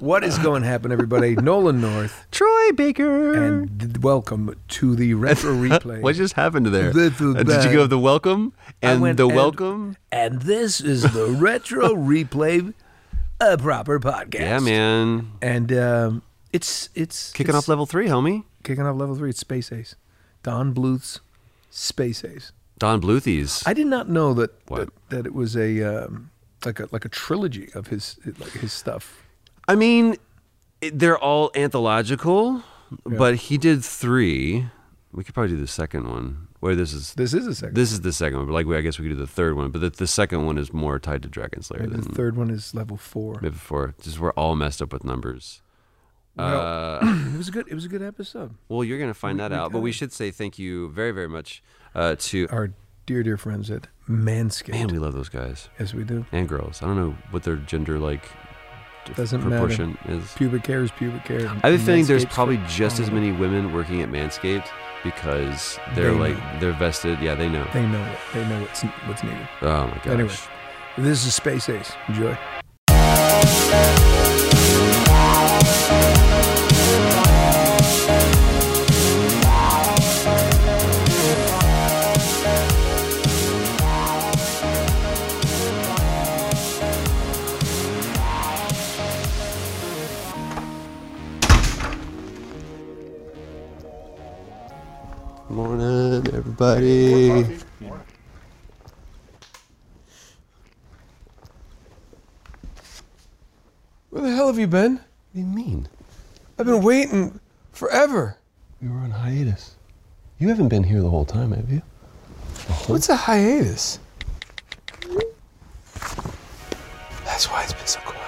what is going to happen, everybody? Nolan North, Troy Baker. and th- welcome to the retro replay. what just happened there? This is Uh, did you bad. give the welcome I and went the and- welcome? And this is the retro replay, a proper podcast. Yeah, man. And um, it's it's Kicking it's off level three, homie. kicking off level three. It's Space Ace, Don Bluth's Space Ace. Don Bluthie's. I did not know that What? that, that it was a um, like a like a trilogy of his like his stuff. I mean, it, they're all anthological, but he did three. We could probably do the second one. Where this is This is a second. this is the second one, but like we, I guess we could do the third one. But the, the second one is more tied to Dragon Slayer Maybe than the third one is level four. maybe four. Just we're all messed up with numbers. Uh, Well, it was a good. It was a good episode. Well, you're gonna find that out. But we should say thank you very very much uh, to Our dear dear friends at Manscaped. man. We love those guys Yes, we do. and girls. I don't know what their gender like d- Doesn't matter. proportion is. Pubic hair is pubic hair. and- I have a and feeling there's Manscaped's probably for just all as of them. many women working at Manscaped because they're They like know. they're vested. Yeah, they know. They know it. They know what's what's needed. Oh my gosh. Anyway, this is Space Ace. Enjoy. Morning, everybody. Where the hell have you been? What do you mean? I've been waiting forever. We were on hiatus. You haven't been here the whole time, have you? What's a hiatus? That's why it's been so quiet.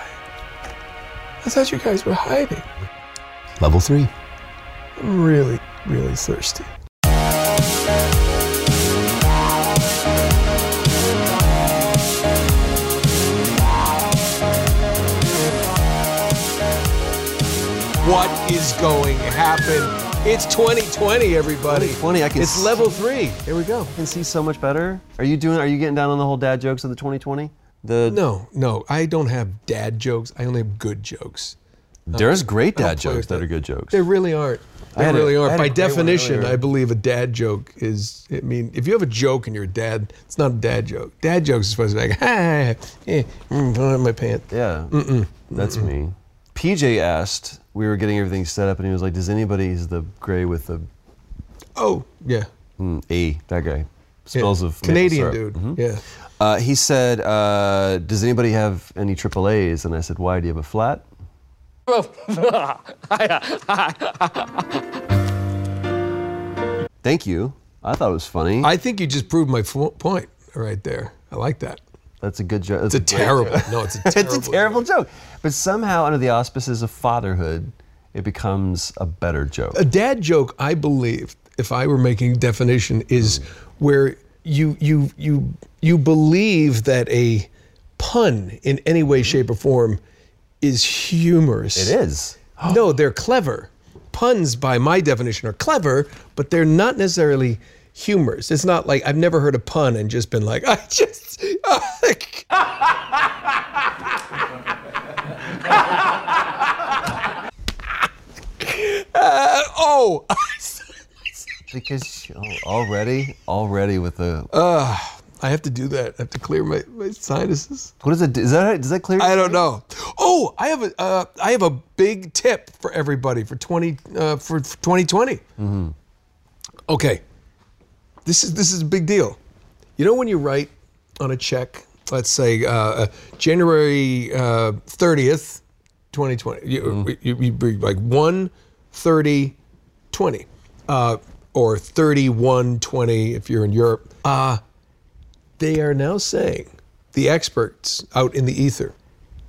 I thought you guys were hiding. Level three. I'm really, really thirsty. What is going to happen? It's 2020, everybody. 2020, I can It's s- level three. Here we go. I can see so much better. Are you doing? Are you getting down on the whole dad jokes of the 2020? The No, no, I don't have dad jokes. I only have good jokes. there's great I don't dad play jokes with that that. are good jokes. They really aren't. I They had a- really I aren't. had a By great one definition, earlier. I believe a dad joke is. I mean, if you have a joke and you're a dad, it's not a dad joke. Dad jokes is supposed to be like, ha, eh, mm, don't have my pants. Yeah. That's me. PJ asked, we were getting everything set up, and he was like, Does anybody, he's the gray with the Oh, yeah. mm, A, that guy, yeah. smells of maple Canadian syrup. dude. Yeah. Uh, he said, uh, Does anybody have any AAAs? And I said, Why? Do you have a flat? Thank you. I thought it was funny. I think you just proved my fo- point right there. I like that. That's a good joke. It's a terrible. No, it's a terrible. it's a terrible joke. But somehow, under the auspices of fatherhood, it becomes a better joke. a dad joke i believe if i were making definition is Mm. where you you you you believe that a pun in any way shape or form is humorous Mm-hmm. It is. no they're clever puns by my definition are clever but they're not necessarily humorous it's not like i've never heard a pun and just been like i just Uh, oh Because oh, already, already with the Uh, i have to do that i have to clear my, my sinuses what is it? Is that does that clear? I don't know. Oh, I have a uh, I have a big tip for everybody for twenty uh, for, for twenty Okay, this is this is a big deal. You know when you write on a check, let's say uh, uh, January uh, thirtieth, twenty twenty, you you you be like one thirty twenty. Uh, or 3120 if you're in Europe. Uh, they are now saying, the experts out in the ether,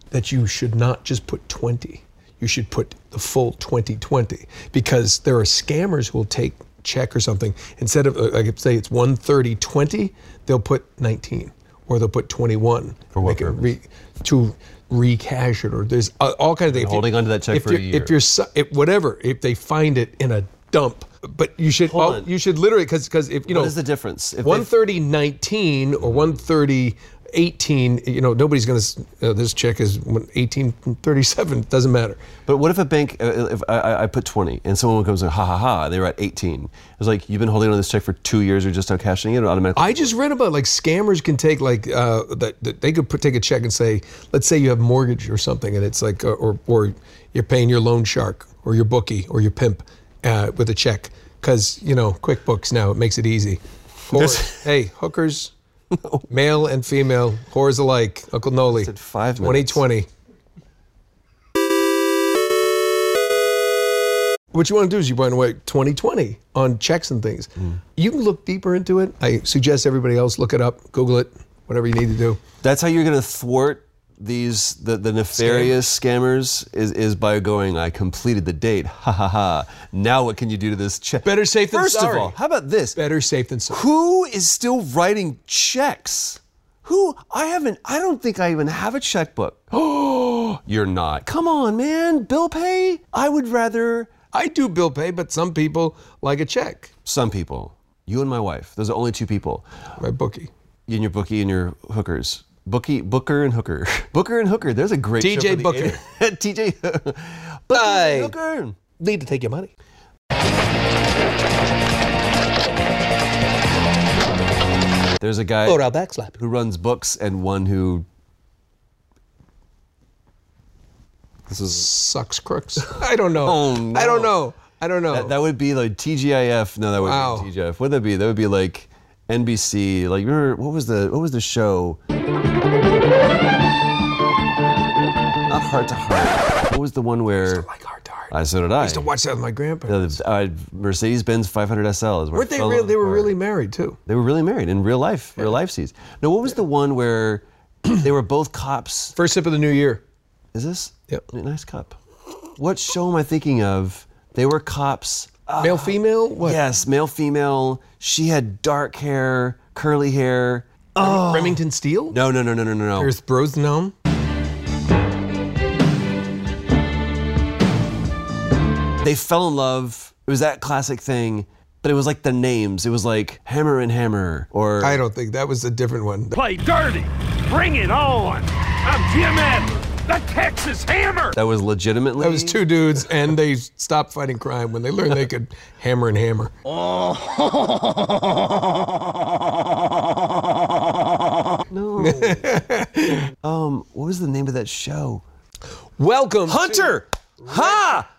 that you should not just put 20. You should put the full 2020 because there are scammers who will take check or something. Instead of, uh, like, say it's 130 20, they'll put 19 or they'll put 21. For what Re, to recash it or there's uh, all kinds of things. If you- holding onto that check if for a you're- year. If you're, su- if whatever, if they find it in a dump, but you should, Hold all- on. you should literally, because, because if, you know, What is the difference? If they- one thirty nineteen or one thirty 18, you know, nobody's going to, uh, this check is 1837, doesn't matter. But what if a bank, uh, if I- I, I put 20 and someone comes and ha ha ha, they were at 18. It was like, you've been holding on to this check for two years or just now cashing it automatically. I just read about like scammers can take like uh, that, that they could put, take a check and say, let's say you have mortgage or something, and it's like uh, or or you're paying your loan shark or your bookie or your pimp uh, with a check because you know QuickBooks now it makes it easy. Or, hey, hookers, male and female, whores alike. Uncle Noli, said five twenty minutes. twenty. What you want to do is you want to wait 2020 on checks and things. You can look deeper into it. I suggest everybody else look it up, Google it, whatever you need to do. That's how you're going to thwart these the, the nefarious scammers is, is by going I completed the date ha ha ha now what can you do to this check Better safe than first sorry. of all how about this Better safe than sorry. who is still writing checks who I haven't I don't think I even have a checkbook oh you're not come on man bill pay I would rather I do bill pay, but some people like a check. some people you and my wife those are only two people My bookie. you and your bookie and your hookers. Bookie, Booker and Hooker. Booker and Hooker. There's a great show TJ for the Booker. internet. TJ Booker Bye. and Hooker. Need to take your money. There's a guy I'll backslap who runs books and one who. This is Sucks crooks. I don't know. Oh, no. I don't know. I don't know. that, that would be like TGIF. No, that would Oh. Wow. be TGIF. What would that be? That would be like NBC. Like remember what was the what was the show? Not heart to heart. What was the one where? like hard to hard. I so did I. used to watch that with my grandparents. The uh, Mercedes Benz 500 SL is where Weren't it they fell real? on They the were car. really married too. They were really married in real life, real life scenes. Now, what was the one where they were both cops? First sip of the new year. Is this? Yep. Nice cup. What show am I thinking of? They were cops. Ah, Male, female. What? yes, male, female. She had dark hair, curly hair. Remington Steel. No, no, no, no, no, no, no. Earth Bros Gnome. They fell in love. It was that classic thing, but it was like the names. It was like Hammer and Hammer, or I don't think that was a different one. play dirty. Bring it on. I'm Jim Adler, the Texas Hammer. that was legitimately. That was two dudes, and they stopped fighting crime when they learned they could hammer and hammer. No. um, what was the name of that show? Welcome, to- Hunter. Ha!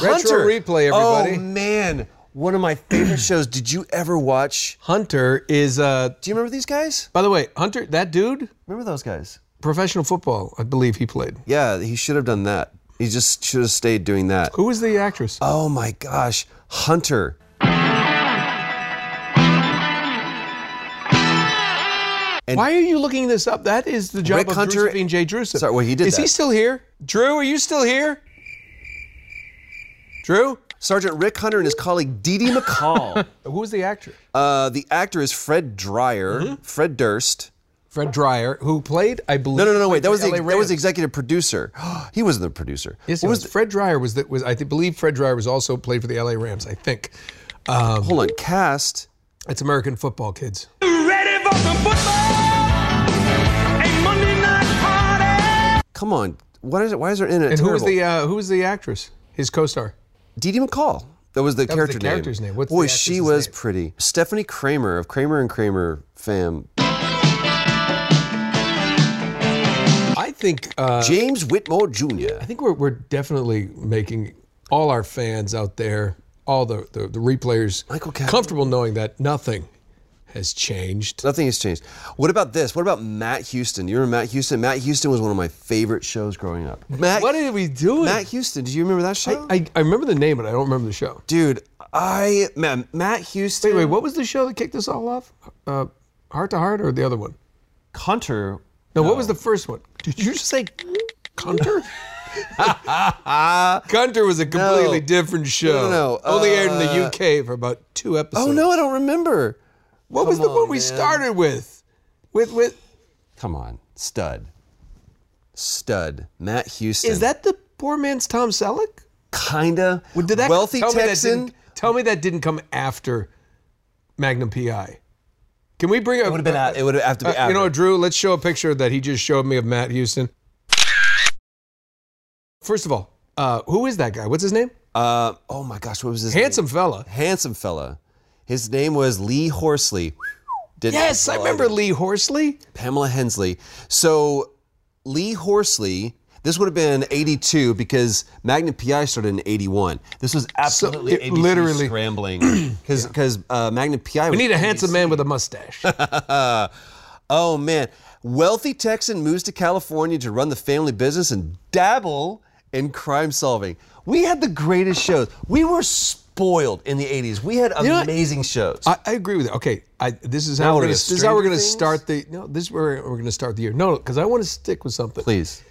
Retro Hunter. replay, everybody. Oh man, one of my favorite shows. Did you ever watch? Hunter is. Uh, Do you remember these guys? by the way, Hunter, that dude, Remember those guys? professional football, I believe he played. Yeah, he should have done that. He just should have stayed doing that. Who was the actress? Oh my gosh, Hunter. Why are you looking this up? That is the job Rick of Hunter- Josephine J. Drusen. Sorry, well, he did Is he that. still here? Drew, are you still here? Drew, Sergeant Rick Hunter and his colleague Dee Dee McCall. who was the actress? uh, the actor is Fred Dreyer, Mm-hmm. Fred Durst. Fred Dreyer, who played, I believe. No, no, no, no, wait. That was the, LA that was the Rams. executive producer. he wasn't the producer. Yes, What it was, Fred Dreyer was that was I th- believe Fred Dreyer was also played for the LA Rams, I think. Hold on, cast. It's American football kids. Ready for some football? A Monday night party. Come on, what is it? Why is there in it? And who was the Terrible. uh, who was the actress? His co-star. Dee Dee McCall? That was the was the character character's name. What's the Boy, actress's she was name? pretty. Stephanie Kramer of Kramer and Kramer fam. Uh, I think uh, James Whitmore Jr. I think we're, we're definitely making all our fans out there, all the the, the replayers, Michael Caine. comfortable knowing that nothing has changed. Nothing has changed. What about this? What about Matt Houston? You remember Matt Houston? Matt Houston was one of my favorite shows growing up. Matt, What are we doing? Matt Houston? Do you remember that show? I, I remember the name, but I don't remember the show. Dude, I man, Matt Houston. Wait, wait, what was the show that kicked us all off? Uh, heart to Heart or the other one? Hunter. No, what was the first one? Did you just say Gunter? Gunter was a completely No. different show. no, no. Only aired in the UK for about two episodes. Oh no, I don't remember. What was come the one on, we man. started with? With with Come on, stud, stud. Matt Houston. is that the poor man's Tom Selleck? kinda Well, did that wealthy tell me that Texan? didn't- tell me that didn't come after Magnum PI. Can we bring a? It would have been. Out, it would have to be. Uh, you know, after. what, Drew, let's show a picture that he just showed me of Matt Houston. First of all, uh, who is that guy? What's his name? Uh, oh my gosh, what was his Handsome name? fella. handsome fella? His name was Lee Horsley. Did Yes, I remember Lee Horsley. Pamela Hensley. So Lee Horsley. This would have been 82 because Magnum PI started in 81. This was absolutely it ABC literally- scrambling because because uh, Magnum PI. We need a handsome man with a mustache. Oh man, wealthy Texan moves to California to run the family business and dabble in crime solving. We had the greatest shows. We were spoiled in the 80s. We had know what? amazing shows. I, I agree with it. Okay, I, this is Now how we're we're gonna, gonna this is how Stranger we're going to Things? start the no. This is where we're going to start the year. No, because I want to stick with something. Please.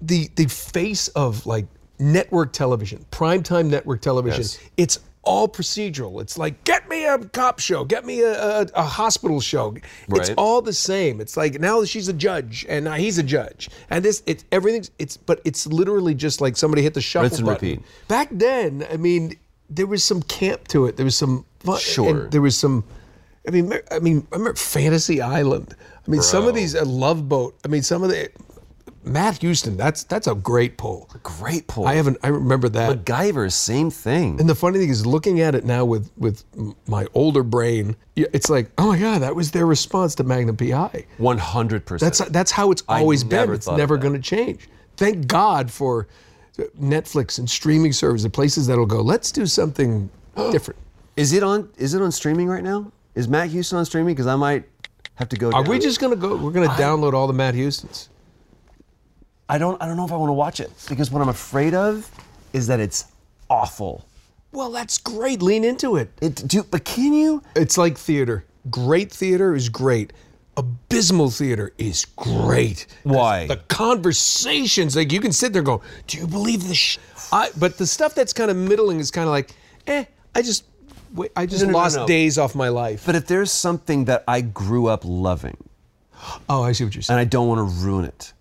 the the face of like network television, primetime network television. It's all procedural. It's like get me a cop show, get me a, a, a hospital show. It's Right. all the same. It's like now she's a judge and now he's a judge, and this it's everything's it's but it's literally just like somebody hit the shuffle Rinse and button. repeat. Back then, I mean, there was some camp to it. There was some fun. Sure. and there was some. I mean, mer- I mean, I remember Fantasy Island. I mean, some of these uh, Love Boat. I mean, some of the Matt Houston. That's that's a great poll. Great pull. I haven't. I remember that. MacGyver, same thing. And the funny thing is, looking at it now with with m- my older brain, y- it's like, oh my god, that was their response to Magnum PI. 100%. That's that's how it's always been. never It's thought of never that. going to change. Thank God for Netflix and streaming services, the places that'll go. Let's do something different. is it on is it on streaming right now? Is Matt Houston on streaming cuz I might have to go Are down. we just going to go? We're going to download all the Matt Houston's. I don't I don't know if I want to watch it because what I'm afraid of is that it's awful. Well, that's great. Lean into it. It do but can you It's like theater. Great theater is great. Abysmal theater is great. 'Cause Why? The conversations, like you can sit there and go, "Do you believe this?" Sh-? I, but the stuff that's kind of middling is kind of like, eh. I just, wait, I just No, no, no, lost no. days off my life. But if there's something that I grew up loving oh, I see what you're saying. and I don't want to ruin it,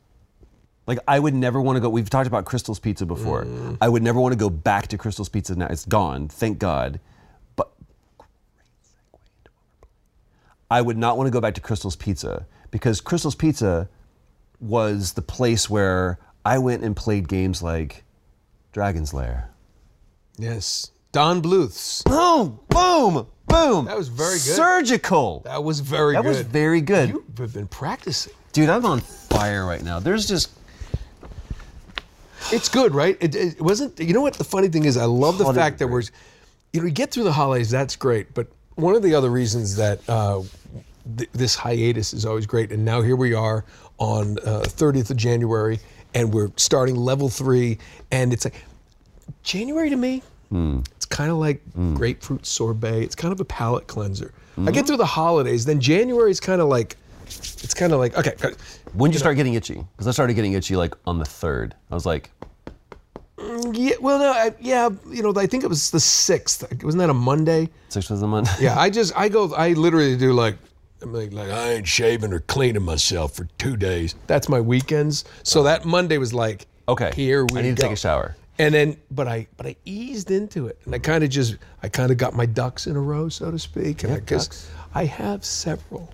like I would never want to go. We've talked about Crystal's Pizza before. I would never want to go back to Crystal's Pizza now. It's gone, thank God. But I would not want to go back to Crystal's Pizza because Crystal's Pizza was the place where I went and played games like Dragon's Lair. Yes, Don Bluth's. Boom, boom, boom. That was very good. Surgical. That, That was very good. was very good. You've been practicing. Dude, I'm on fire right now. There's just It's good, right? It, it wasn't. You know what? The funny thing is, I love the Holiday fact that we're, you know, we get through the holidays. That's great. But one of the other reasons that uh, th- this hiatus is always great, and now here we are on uh, 30th of January, and we're starting level three, and it's like January to me. It's kind of like grapefruit sorbet. It's kind of a palate cleanser. I get through the holidays, then January is kind of like, it's kind of like okay, when did you start getting itchy? Because I started getting itchy like on the third. I was like, yeah, well, no, I, yeah, you know, I think it was the sixth. Wasn't that a Monday? six was a month. Yeah, I just I go I literally do like I'm like, like I ain't shaving or cleaning myself for two days. That's my weekends. So that Monday was like Okay. Here we I need to go. take a shower. And then but I but I eased into it and I kind of just I kind of got my ducks in a row so to speak and I cuz I have several.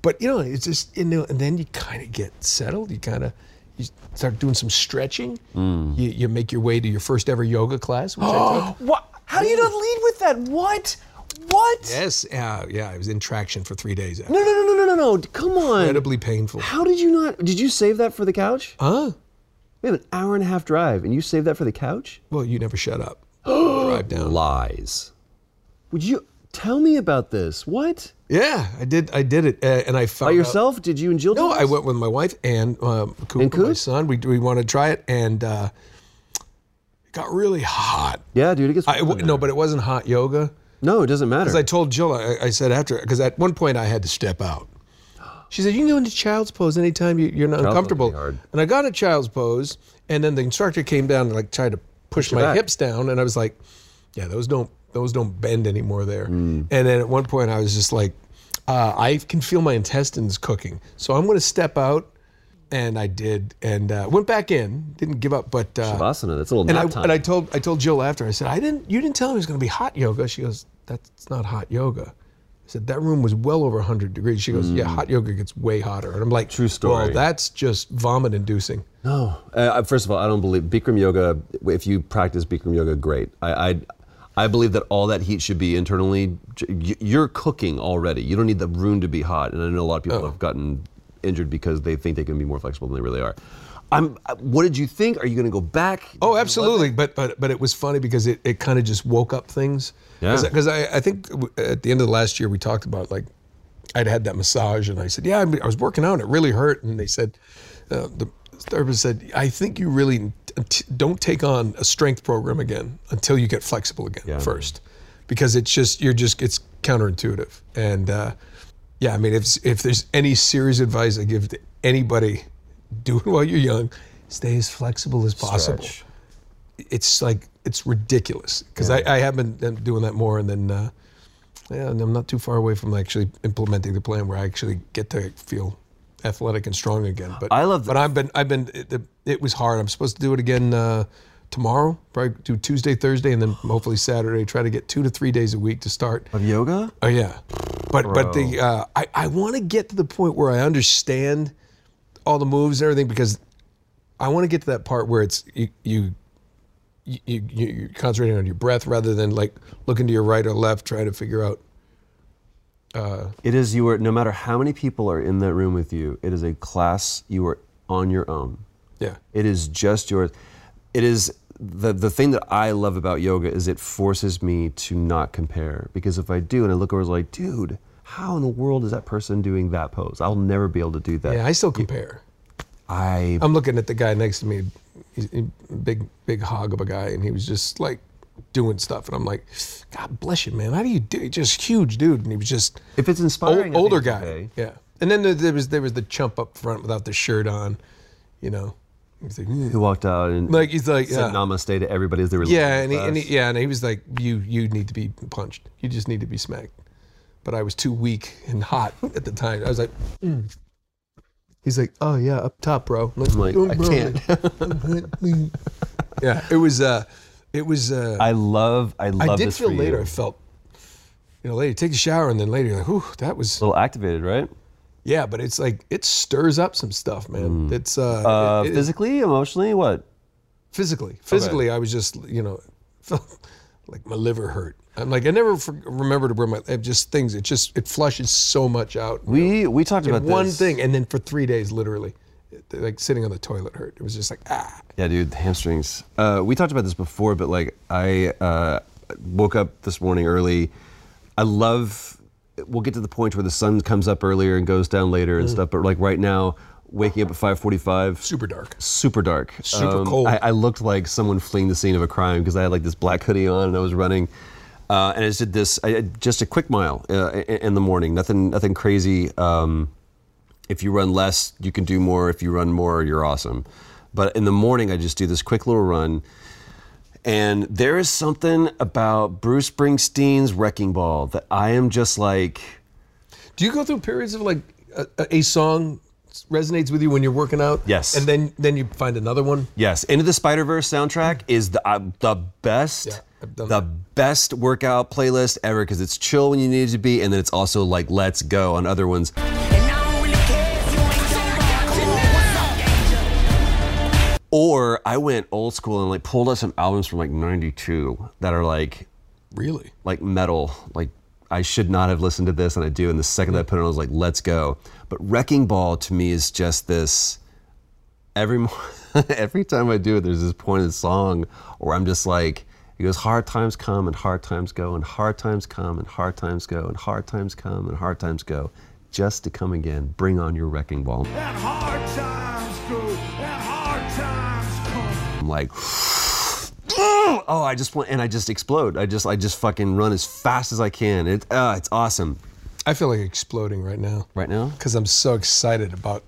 But you know, it's just you know, and then you kind of get settled. You kind of you start doing some stretching. You, you make your way to your first ever yoga class. Which I took. What? How do you not lead with that? What? What? Yes, uh, yeah, I was in traction for three days. After. No, no, no, no, no, no, no. Come on. Incredibly painful. How did you not? Did you save that for the couch? Huh? We have an hour and a half drive, and you saved that for the couch? Well, you never shut up. Drive down. Lies. Would you tell me about this? What? Yeah, I did. I did it, uh, and I found By out- yourself? Did you and Jill? do No, I this? went with my wife and um, Cooper, And my Coop? son. We we want to try it, and uh, it got really hot. Yeah, dude. It gets. I, no, but it wasn't hot yoga. no, it doesn't matter. Because I told Jill, I, I said after, because at one point I had to step out. She said, "You can go into child's pose anytime you, you're not pose uncomfortable." would be hard. And I got in child's pose, and then the instructor came down and like tried to push my back. hips down, and I was like, "Yeah, those don't those don't bend anymore there." Hmm. And then at one point I was just like, uh, "I can feel my intestines cooking, so I'm going to step out." and I did, and uh, went back in. Didn't give up, but uh, Shavasana, that's a little and nap I time. and I told I told Jill after I said I didn't. You didn't tell me it was going to be hot yoga. She goes, that's not hot yoga. I said that room was well over 100 degrees. She goes, yeah, hot yoga gets way hotter. And I'm like, Mm. True story. Well, that's just vomit inducing. No. Uh, first of all, I don't believe Bikram yoga. If you practice Bikram yoga, great. I, I, I believe that all that heat should be internally. Y- You're cooking already. You don't need the room to be hot. And I know a lot of people have gotten injured because they think they can be more flexible than they really are. I'm. uh, What did you think? Are you going to go back? Oh, absolutely. But but but it was funny because it, it kind of just woke up things. Yeah. Because I, I think w- at the end of the last year we talked about like I'd had that massage and I said yeah I, I was working out and it really hurt and they said uh, the therapist said I think you really t- don't take on a strength program again until you get flexible again first because it's just you're just it's counterintuitive and uh, yeah I mean if if there's any serious advice I give to anybody do it while you're young stay as flexible as possible it's like it's ridiculous because I, I have been um, doing that more and then uh, yeah and I'm not too far away from actually implementing the plan where I actually get to feel athletic and strong again but I love but I've been I've been it, it- it was hard I'm supposed to do it again uh, tomorrow probably do Tuesday Thursday and then hopefully Saturday try to get two to three days a week to start Of yoga? Oh yeah, but but the uh, I I want to get to the point where I understand all the moves and everything because I want to get to that part where it's you you. You, you, you're concentrating on your breath rather than like looking to your right or left, trying to figure out. It is you are no matter how many people are in that room with you, it is a class you are on your own. Yeah. It is just yours. It is the the thing that I love about yoga is it forces me to not compare because if I do and I look over it's like, dude, how in the world is that person doing that pose? I'll never be able to do that. Yeah, Oh. I still compare. I I'm looking at the guy next to me, he's a big, big hog of a guy, and he was just like doing stuff. And I'm like, God bless you, man. How do you do it? Just huge dude. And he was just if it's inspiring, I think Ol- older it's guy. okay. Yeah. And then there, there was there was the chump up front without the shirt on, you know. He's like, "Eh." who walked out and Like, he's like, said yeah. namaste to everybody as they were leaving yeah, the and he, and class. he, yeah, and he was like, you you need to be punched. You just need to be smacked. But I was too weak and hot at the time. I was like, "Mm." he's like, oh yeah, up top, bro. I'm like, "Don't "I worry." yeah, it was uh, it was uh, I love I love I did this feel for you. later. I felt, you know, later take a shower and then later you're like, whew, that was a little activated, right? Yeah, but it's like it stirs up some stuff, man. It's uh, Uh, it- it- physically, emotionally, what? physically, physically, I was just you know, felt like my liver hurt. I'm like I never for, remember to wear my I have just things. It just it flushes so much out. you know. We we talked about one this. thing, and then for three days, literally, it- like sitting on the toilet hurt. It was just like ah. Yeah, dude, the hamstrings. Uh, we talked about this before, but like I uh, woke up this morning early. I love. We'll get to the point where the sun comes up earlier and goes down later and stuff. But like right now, waking up at five forty-five. Super dark. Super dark. Um, Super cold. I, I looked like someone fleeing the scene of a crime because I had like this black hoodie on and I was running. Uh, and I just did this, I, I- just a quick mile uh, i- in the morning. Nothing, nothing crazy. Um, if you run less, you can do more. If you run more, you're awesome. But in the morning, I just do this quick little run. And there is something about Bruce Springsteen's Wrecking Ball that I am just like, Do you go through periods of like a, a- a song resonates with you when you're working out? Yes. and then then you find another one. yes, Into the Spider Verse soundtrack is the, uh, the best, Mm. Yeah, I've the done that. best workout playlist ever because it's chill when you need it to be. And then it's also like, let's go on other ones. Or I went old school and like pulled out some albums from like 92 that are like Really? like metal. Like I should not have listened to this, and I do. And the second that I put it on, I was like, "Let's go." But Wrecking Ball to me is just this. Every mo- every time I do it, there's this point in the song where I'm just like, "It goes hard times come and hard times go and hard times come and hard times go and hard times come and hard times go." Just to come again, bring on your wrecking ball. And hard times go, and hard times come. I'm like, oh, I just want, and I just explode. I just, I just fucking run as fast as I can. It, uh, it's awesome. I feel like exploding right now. Right now, because I'm so excited about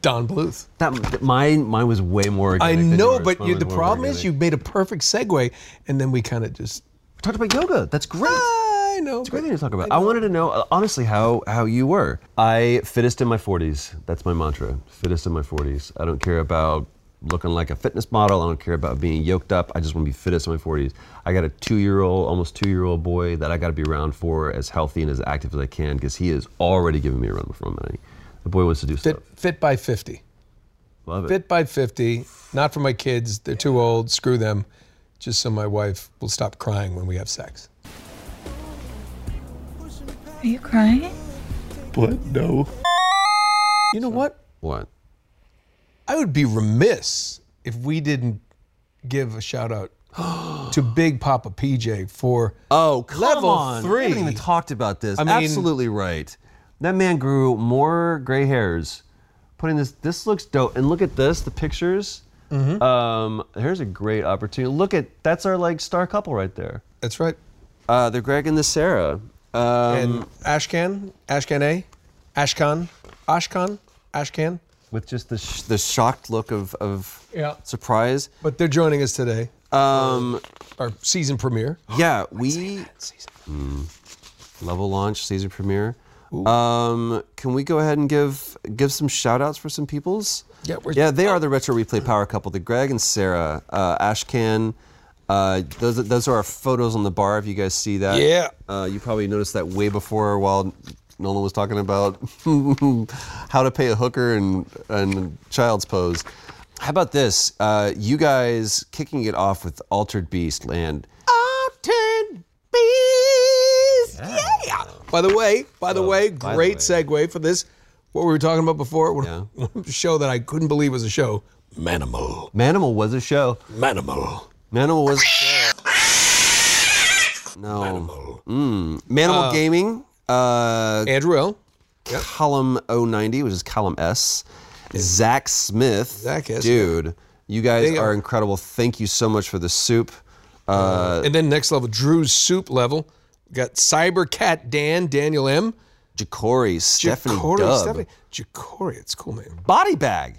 Don Bluth. That mine, mine was way more. I Organic than know, yours. but Mine you, was the way more problem is organic. you made a perfect segue, and then we kind of just We talked about yoga. That's great. I know. It's a great thing to talk about. I, wanted to know uh, honestly how how you were. I fittest in my 40s. That's my mantra. Fittest in my 40s. I don't care about looking like a fitness model. I don't care about being yoked up. I just want to be fittest in my 40s. I got a 2-year-old, almost 2-year-old boy that I got to be around for as healthy and as active as I can because he is already giving me a run for my money. The boy wants to do Fit, stuff. fit by 50. Love it. Fit by 50. Not for my kids. They're too old. Screw them. Just so my wife will stop crying when we have sex. Are you crying? You know what? What? I would be remiss if we didn't give a shout out to Big Papa PJ for Oh, come Level on. We haven't three. even talked about this. mean- Absolutely right. That man grew more gray hairs. Putting this, this looks dope. And look at this, the pictures. Um, here's a great opportunity. Look at that's our like star couple right there. that's right. Uh, the Greg and the Sarah. Um, And Ashcan, Ashcan A, Ashcan, Ashcan, Ashcan. with just the sh- The shocked look of, of Yeah. surprise. But they're joining us today. Um, Our season premiere. yeah, we Mm. level launch season premiere. Um, can we go ahead and give give some shout outs for some peoples? Yeah, we're- oh. yeah, they are the retro replay power couple, the Greg and Sarah uh, Ashcan. Uh, those are- those are our photos on the bar. If you guys see that, Yeah. uh, you probably noticed that way before while Nolan was talking about how to pay a hooker and and child's pose. How about this? Uh, you guys kicking it off with Altered Beast Land. Altered Beast. Yeah. By the way, by the way, by the great way. segue for this. What we were talking about before, one one show that I couldn't believe was a show. Manimal. Manimal was a show. Manimal. Manimal was a show. No. Mm. Manimal Gaming, uh, Andrew L. column 090, which is column S. Zach Smith. Zach S. Dude, you guys They are, are- incredible. Thank you so much for the soup. Uh, and then next level, Drew's soup level. We got Cyber Cat Dan, Daniel M. Jacory, Stephanie Jacory, Dubb. Stephanie. Jacory, it's cool, man. Body Bag.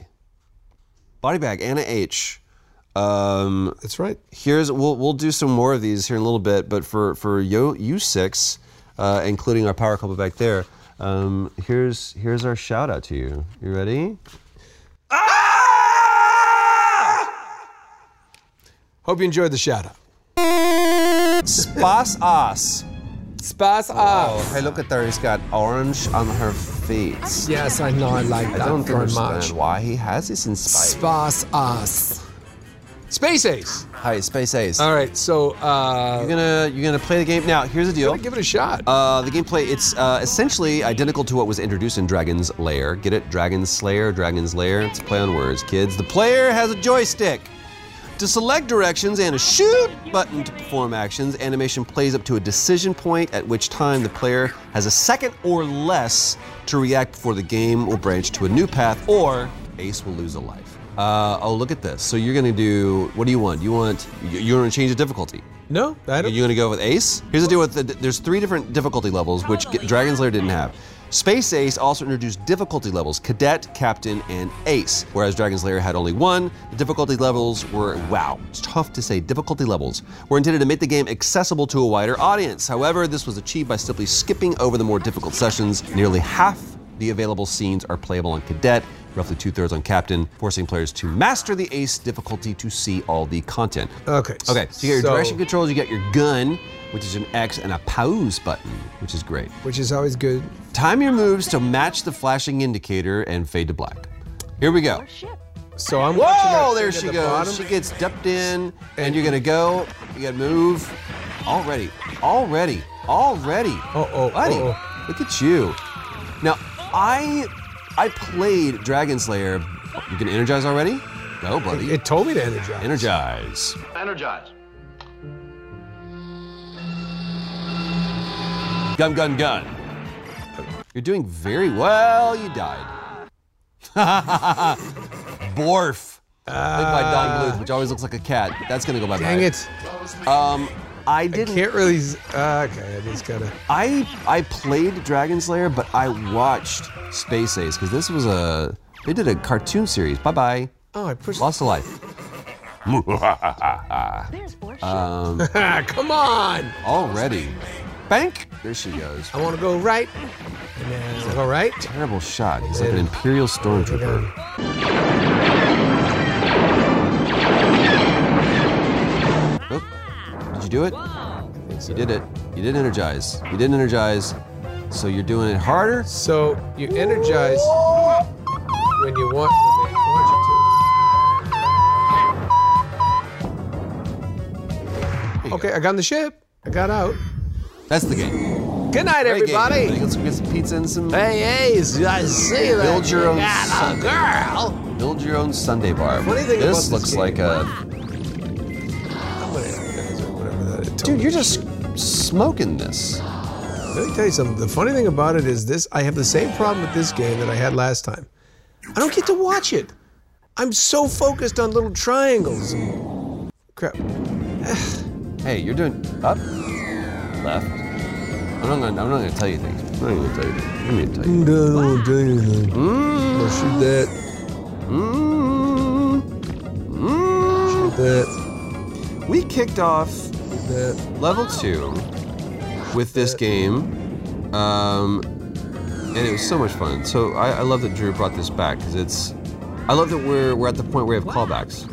Body Bag, Anna H. Um, That's right. here's we'll we'll do some more of these here in a little bit, but for for yo you six, uh, including our power couple back there, um, here's here's our shout out to you. You ready? Hope you enjoyed the shout out. Spas us. Spas Oh, hey, look at her. He's got orange on her feet. Yes, I know. I like I don't understand why he has this in space. Spas us. Space Ace. Hi, Space Ace. All right, so uh, You're gonna you're gonna play the game now. Here's the deal. give it a shot. Uh, the gameplay, it's uh, essentially identical to what was introduced in Dragon's Lair. Get it? Dragon's Slayer, Dragon's Lair. It's a play on words, kids. The player has a joystick to select directions and a shoot button to perform actions. Animation plays up to a decision point, at which time the player has a second or less to react before the game will branch to a new path, or Ace will lose a life. Uh, oh, look at this. So you're gonna do, what do you want? You want, you- you're gonna change the difficulty. no, I Are don't. you gonna go with Ace? Here's the deal with the, there's three different difficulty levels, which G- Dragon's Lair didn't have. Space Ace also introduced difficulty levels: Cadet, Captain, and Ace. Whereas Dragon's Lair had only one, the difficulty levels were wow. It's tough to say. Difficulty levels were intended to make the game accessible to a wider audience. However, this was achieved by simply skipping over the more difficult sessions. Nearly half the available scenes are playable on Cadet, roughly two thirds on Captain, forcing players to master the Ace difficulty to see all the content. Okay. Okay, so you got your direction controls, you got your gun, which is an X, and a pause button, which is great. which is always good. Time your moves to match the flashing indicator and fade to black. Here we Oh, go. So I'm. watching that Whoa, thing there at she the goes. bottom. She gets dumped in, and you're gonna go, you gotta move. Already, already, already. Uh-oh, buddy. uh-oh. Look at you. Now, I I played Dragon Slayer. You can energize already? No, buddy. It told me to energize. Energize. Energize. Gun, gun, gun. You're doing very well. You died. Borf. Played by Don Bluth, which always looks like a cat. but That's gonna go bye bye. Dang it! Um, I didn't. Can't really. Uh, okay, I just gotta. I I played Dragon's Lair, but I watched Space Ace because this was a they did a cartoon series. Bye bye. Oh, I pushed. Lost a life. There's Um, Ah, come on! already. Bank. There she goes. I want to go right. And then I go right. Terrible shot. He's like an imperial stormtrooper. Oop. Oh. Did you do it? You did it. You did energize. You did energize. So you're doing it harder. So you energize when you want, when they want you to. Okay, I got on the ship. I got out. That's the game. Good night, Great game, everybody. everybody. Let's get some pizza and some. Hey, hey, I see that. Build your own you got a girl. Build your own Sunday bar. Funny thing about this this looks game- like a. I'm gonna organize it, whatever that is. Dude, you're just smoking this. Let me tell you something. The funny thing about it is this: I have the same problem with this game that I had last time. I don't get to watch it. I'm so focused on little triangles. And crap. Hey, you're doing up, left. I'm not gonna. I'm not gonna tell you things. I'm not gonna tell you. Things. I'm not gonna tell you. Don't do anything. Or shoot that. Shoot that. We kicked off Shoot that. level two with this game, um, and it was so much fun. So I, I love that Drew brought this back because it's. I love that we're we're at the point where we have callbacks,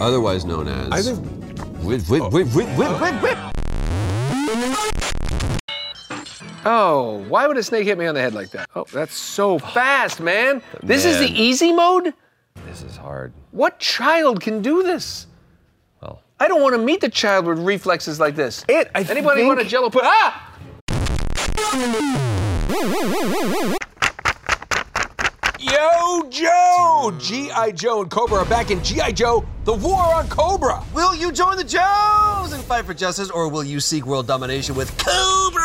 otherwise known as. I think. Whip, whip, whip, whip, whip, whip, whip. Oh, why would a snake hit me on the head like that? Oh, that's so fast, man. This is Man. the easy mode? This is hard. What child can do this? Well. I don't want to meet the child with reflexes like this. It, I Anybody want a jello pudding? Ah! Yo, Joe! G.I. Joe and Cobra are back in G.I. Joe, the war on Cobra! Will you join the Joes and fight for justice, or will you seek world domination with Cobra?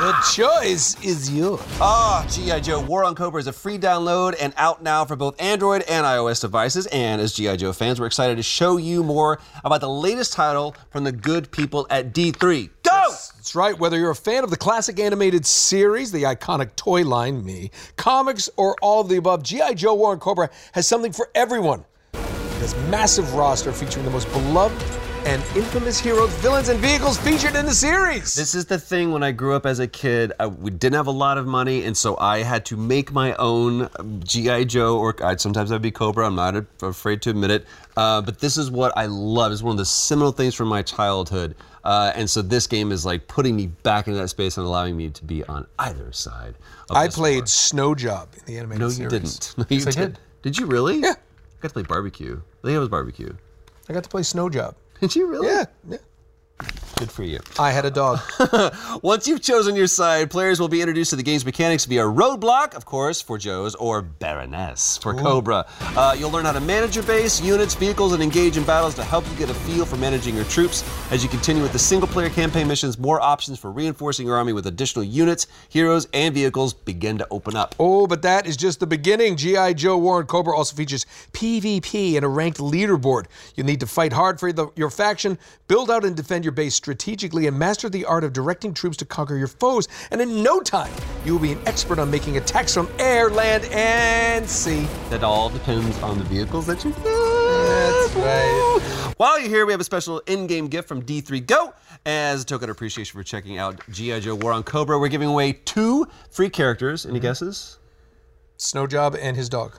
The choice is yours. Ah, G.I. Joe War on Cobra is a free download and out now for both Android and iOS devices. And as G.I. Joe fans, we're excited to show you more about the latest title from the good people at D3. Go! That's right. Whether you're a fan of the classic animated series, the iconic toy line, me, comics, or all of the above, G.I. Joe War and Cobra has something for everyone. This massive roster featuring the most beloved and infamous heroes, villains, and vehicles featured in the series. This is the thing when I grew up as a kid, I, we didn't have a lot of money, and so I had to make my own um, G.I. Joe, or i sometimes I'd be Cobra, I'm not a- afraid to admit it. Uh, but this is what I love. It's one of the seminal things from my childhood. Uh, and so this game is like putting me back into that space and allowing me to be on either side. Of I this played war. Snow Job in the animated No, you series. didn't. No, you Yes, I did. did. Did you really? Yeah. I got to play barbecue. I think it was barbecue. I got to play Snow Job. Did you really? Yeah, yeah. Good for you. I had a dog. Once you've chosen your side, players will be introduced to the game's mechanics via Roadblock, of course, for Joes, or Baroness for Cobra. Uh, you'll learn how to manage your base, units, vehicles, and engage in battles to help you get a feel for managing your troops. As you continue with the single player campaign missions, more options for reinforcing your army with additional units, heroes, and vehicles begin to open up. Oh, but that is just the beginning. G.I. Joe War and Cobra also features PvP and a ranked leaderboard. You need to fight hard for the, your faction, build out and defend your base strategically, and master the art of directing troops to conquer your foes. And in no time, you will be an expert on making attacks from air, land, and sea. That all depends on the vehicles that you That's right. While you're here, we have a special in-game gift from D3 Go as a token of appreciation for checking out G.I. Joe War on Cobra. We're giving away two free characters. Any guesses? Snow Job and his dog.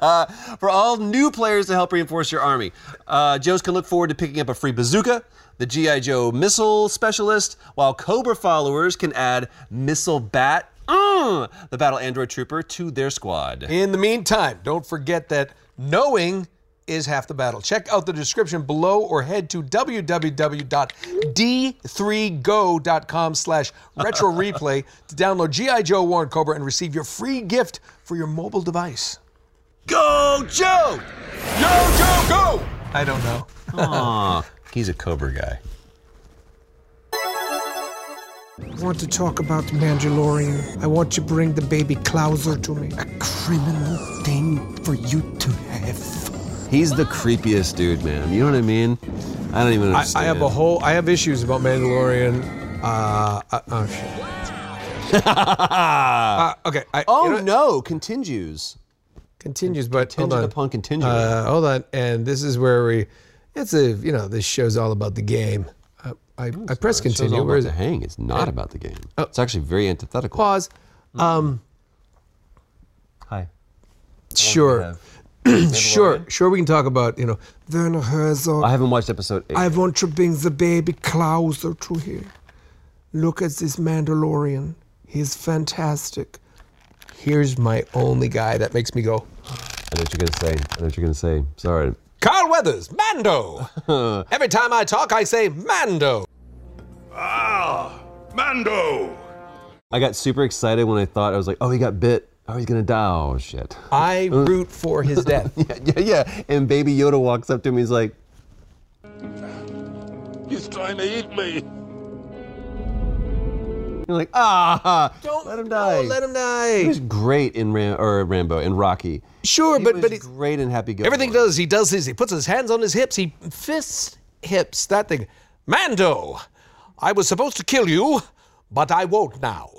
For all new players to help reinforce your army. Uh, Joes can look forward to picking up a free bazooka, the G.I. Joe missile specialist, while Cobra followers can add Missile Bat, mm, the Battle Android Trooper, to their squad. In the meantime, don't forget that knowing is half the battle. Check out the description below or head to www.d3go.com slash retro replay to download G.I. Joe Warren Cobra and receive your free gift for your mobile device. Go, Joe! Go, Joe, go! I don't know. He's a Cobra guy. I want to talk about Mandalorian. I want to bring the baby Clouser to me. A criminal thing for you to have. He's the creepiest dude, man. You know what I mean? I don't even I, understand. have a whole, I have issues about Mandalorian. Uh, uh, oh, shit. uh, okay. I, Oh you know- no! Continues. Continues, but hold Contingent on. upon contingent. Uh, hold on, and this is where we. It's a you know this show's all about the game. Uh, I, I press Oh, Show's all continue. about Where is the it? hang. It's not about the game. It's actually very antithetical. Pause. Hi. Sure, sure, sure. We can talk about you know Werner Herzog. I haven't watched episode eight. I want to bring the baby Klauser to here. Look at this Mandalorian. He's fantastic. here's my only guy that makes me go, I know what you're gonna say. I know what you're gonna say. Sorry. Carl Weathers, Mando. Every time I talk, I say Mando. I got super excited when I thought I was like, oh, he got bit. Oh, he's gonna die. Oh shit. I root for his death. yeah, yeah, yeah. And Baby Yoda walks up to him. He's like, He's trying to eat me. you're like, ah, Don't let him die. No, let him He was die. great in Ram- or Rambo and Rocky. Sure, He but was but he, great in Happy Go. everything he Lucky. does, he does his. He puts his hands on his hips. He fists hips. That thing, Mando. I was supposed to kill you, but I won't now.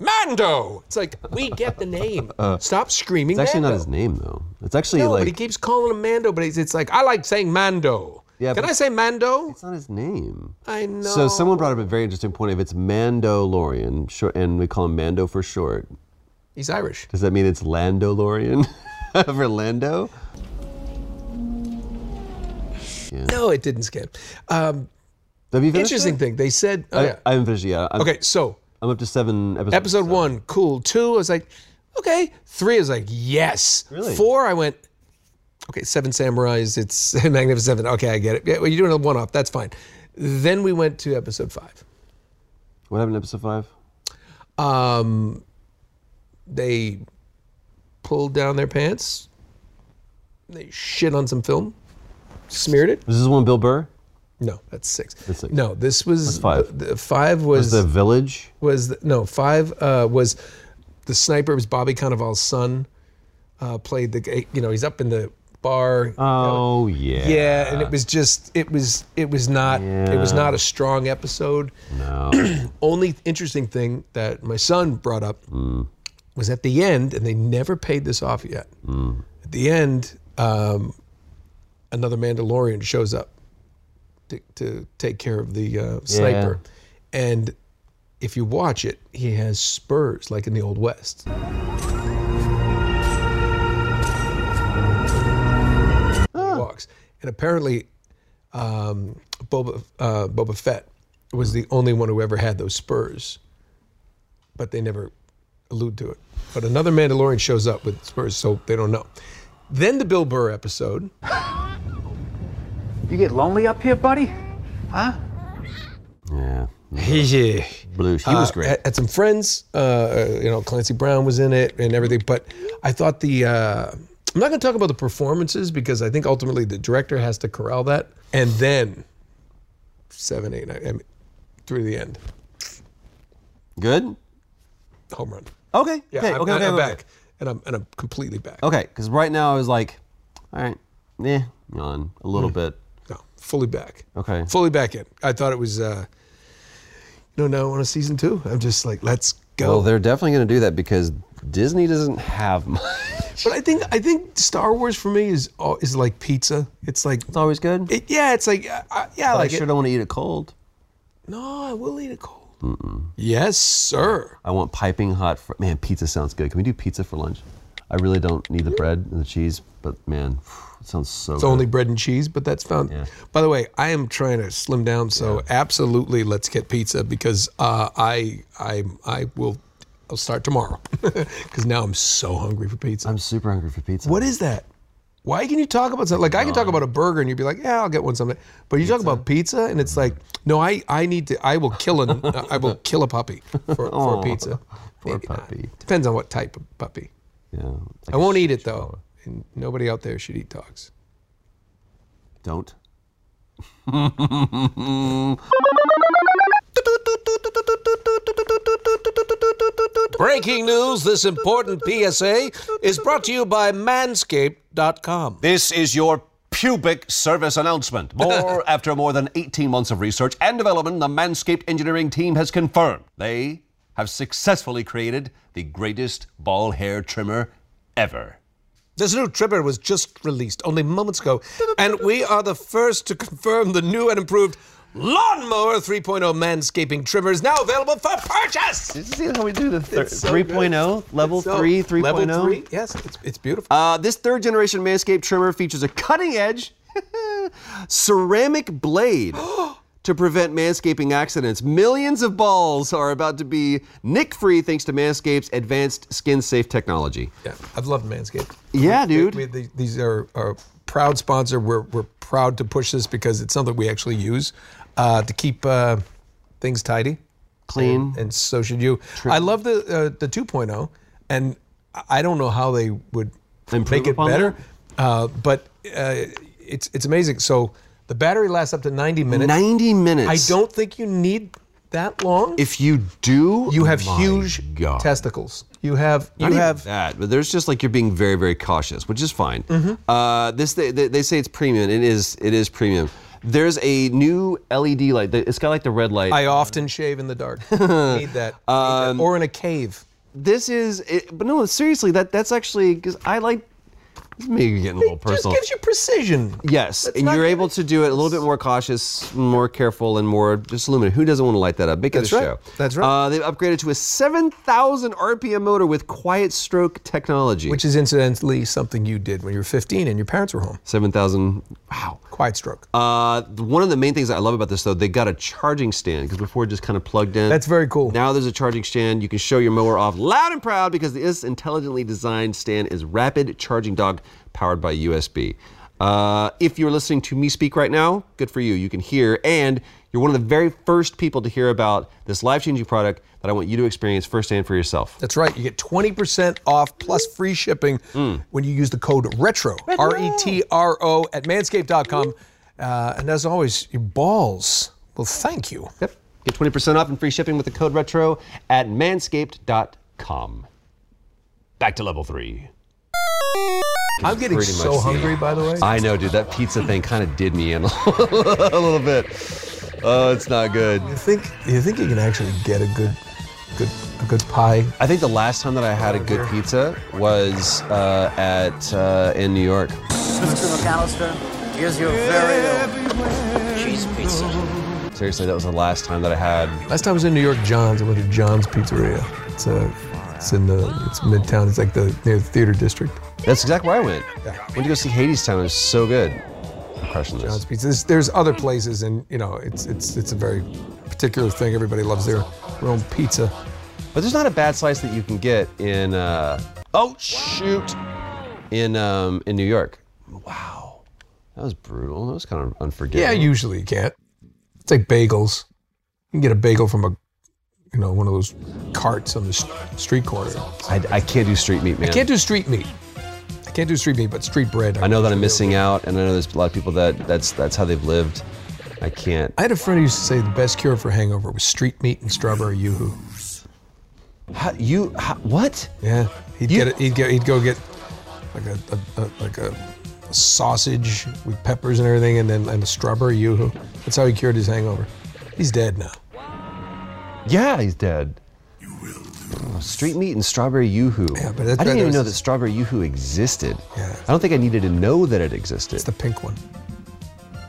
Mando. It's like we get the name. Stop screaming. Uh, It's actually Mando. not his name though. It's actually No, like but he keeps calling him Mando. But it's, it's like I like saying Mando. Yeah, Can but- I say Mando? it's not his name. I know. So someone brought up a very interesting point. If it's Mandalorian, short, and we call him Mando for short, he's Irish. does that mean it's Landolorian for Lando? No, it didn't skip. Um, Have you finished interesting it? thing. They said. oh, yeah. I, I haven't finished it yet. I'm, okay, so I'm up to seven episodes. episode so- one, cool. Two, I was like, okay. Three, I was like, yes. Really? Four, I went, okay. Seven Samurais, it's Magnificent Seven. Okay, I get it. Yeah, well, you're doing a one-off. That's fine. Then we went to episode five. What happened in episode five? Um, they pulled down their pants. They shit on some film, smeared it. Was this the one with Bill Burr? No, that's six. That's six. No, this was five. The, the five was The Village? was the, no five uh, was the sniper was Bobby Cannavale's son. Uh, played the g- you know he's up in the bar. Oh yeah. yeah, and it was just it was it was not it was Yeah. not a strong episode. No. Only interesting thing that my son brought up was at the end, and they never paid this off yet. At the end, um, another Mandalorian shows up to, to take care of the uh, sniper, and if you watch it, he has spurs like in the old west. He walks, and apparently, um, Boba uh, Boba Fett was the only one who ever had those spurs, but they never allude to it. But another Mandalorian shows up with spurs, so they don't know. Then the Bill Burr episode. You get lonely up here, buddy? yeah. Yeah. Blue. He was great. Uh, Had, had some friends. Uh, you know, Clancy Brown was in it and everything. But I thought the uh, I'm not going to talk about the performances because I think ultimately the director has to corral that. And then seven, eight, nine, I mean, through the end, Good. home run. Okay. Yeah, okay. I'm, okay. I'm okay. back, and I'm and I'm completely back. Okay. Because right now I was like, all right, eh, yawn a little bit. No, fully back. Okay. fully back in. I thought it was, uh, you know, now on a season two. I'm just like, let's go. Well, they're definitely going to do that because Disney doesn't have much. But I think I think Star Wars for me is al- is like pizza. It's like It's always good. it, yeah, it's like uh, uh, yeah, Oh, I I like sure it. don't want to eat it cold. No, I will eat it cold. Yes, sir. I want piping hot. Fr- man, pizza sounds good. Can we do pizza for lunch? I really don't need the bread and the cheese, but man, it sounds so. It's only bread and cheese, but that's found. By the way, I am trying to slim down, so absolutely, let's get pizza because uh, I I I will I'll start tomorrow because now I'm so hungry for pizza. I'm super hungry for pizza. What is that? Why can you talk about something? Like I can talk about a burger and you'd be like, yeah, I'll get one someday. But you talk about Um, pizza and it's like, no, I, I need to. I will kill an I will kill a puppy for, for a pizza. Poor Maybe not. puppy. Depends on what type of puppy. Yeah. I won't eat it though. And nobody out there should eat dogs. Don't. Breaking news: This important PSA is brought to you by Manscaped.com. This is your pubic service announcement. More after more than 18 months of research and development, the Manscaped engineering team has confirmed they have successfully created the greatest ball hair trimmer ever. This new trimmer was just released only moments ago, and we are the first to confirm the new and improved Lawnmower 3.0 manscaping trimmer is now available for purchase. Did you see how we do the thir- It's so 3.0, good. oh? level It's so- 3, 3.0? Level 3, yes, it's, it's beautiful. Uh, this third generation Manscaped trimmer features a cutting edge ceramic blade to prevent manscaping accidents. Millions of balls are about to be nick free thanks to Manscaped's advanced skin safe technology. yeah, I've loved Manscaped. Yeah, We- dude. we- the- these are our proud sponsor. We're, we're proud to push this because it's something we actually use uh, to keep uh, things tidy. Clean. and so should you. I love the uh, the 2.0, and I don't know how they would Improve make it upon better, uh, but uh, it's it's amazing. So the battery lasts up to 90 minutes. 90 minutes. I don't think you need that long. If you do, you have Oh my huge God. testicles. You have Not you even have that, but there's just like you're being very, very cautious, which is fine. Mm-hmm. Uh, this they, they, they say it's premium. It is. It is premium. There's a new LED light. that- It's got like the red light. I often shave in the dark. need that. Need that. Um, Or in a cave. this is. It, but no, seriously, that that's actually because I like. This may be getting a little personal. Just gives you precision. Yes, That's and not you're gonna- able to do it a little bit more cautious, more careful, and more just illuminated. Who doesn't want to light that up? Make it That's a right. show. That's right. Uh, they've upgraded to a 7,000 RPM motor with quiet stroke technology. Which is incidentally something you did when you were 15 and your parents were home. 7,000. Wow. Quiet stroke. Uh, th- one of the main things I love about this, though, they got a charging stand because before it just kind of plugged in. That's very cool. Now there's a charging stand. You can show your mower off loud and proud because this intelligently designed stand is rapid charging dock powered by USB. Uh, if you're listening to me speak right now, good for you. You can hear, and you're one of the very first people to hear about this life changing product that I want you to experience firsthand for yourself. That's right. You get 20% off plus free shipping Hmm. when you use the code RETRO, R E T R O, at manscaped.com. Uh, and as always, your balls will thank you. Yep. Get 20% off and free shipping with the code RETRO at manscaped.com. Back to level three. I'm getting pretty so much hungry, the- by the way. I know, dude. That pizza thing kind of did me in a little bit. Oh, it's not good. you think you think you can actually get a good, good, a good pie? I think the last time that I had a good pizza was uh, at uh, in New York. Mr. McAllister, here's your very own cheese pizza. Seriously, that was the last time that I had. Last time I was in New York, John's. I went to John's Pizzeria. It's a, it's in the, it's midtown. It's like the near the theater district. That's exactly where I went. Went to go see Hades Town. It was so good. I'm crushing John's this. Pizza. There's, there's other places, and you know, it's it's it's a very particular thing. Everybody loves their, their own pizza. But there's not a bad slice that you can get in. Uh, oh shoot! In um, in New York. Wow, that was brutal. That was kind of unforgiving. Yeah, usually you can't. It's like bagels. You can get a bagel from a, you know, one of those carts on the s- street corner. I, I can't do street meat, man. I can't do street meat. I can't do street meat, but street bread. I know that I'm missing out, and I know there's a lot of people that that's that's how they've lived. I can't. I had a friend who used to say the best cure for hangover was street meat and strawberry yoo-hoo. How, you how, what? Yeah, he'd You- get it. He'd get. He'd go get like a, a, a like a sausage with peppers and everything, and then and a strawberry yoo-hoo. That's how he cured his hangover. He's dead now. Yeah, he's dead. Oh, Street meat and strawberry yoo-hoo. Yeah, but I that's- didn't even there's- know that strawberry yoo-hoo existed. Yeah. I don't think I needed to know that it existed. It's the pink one.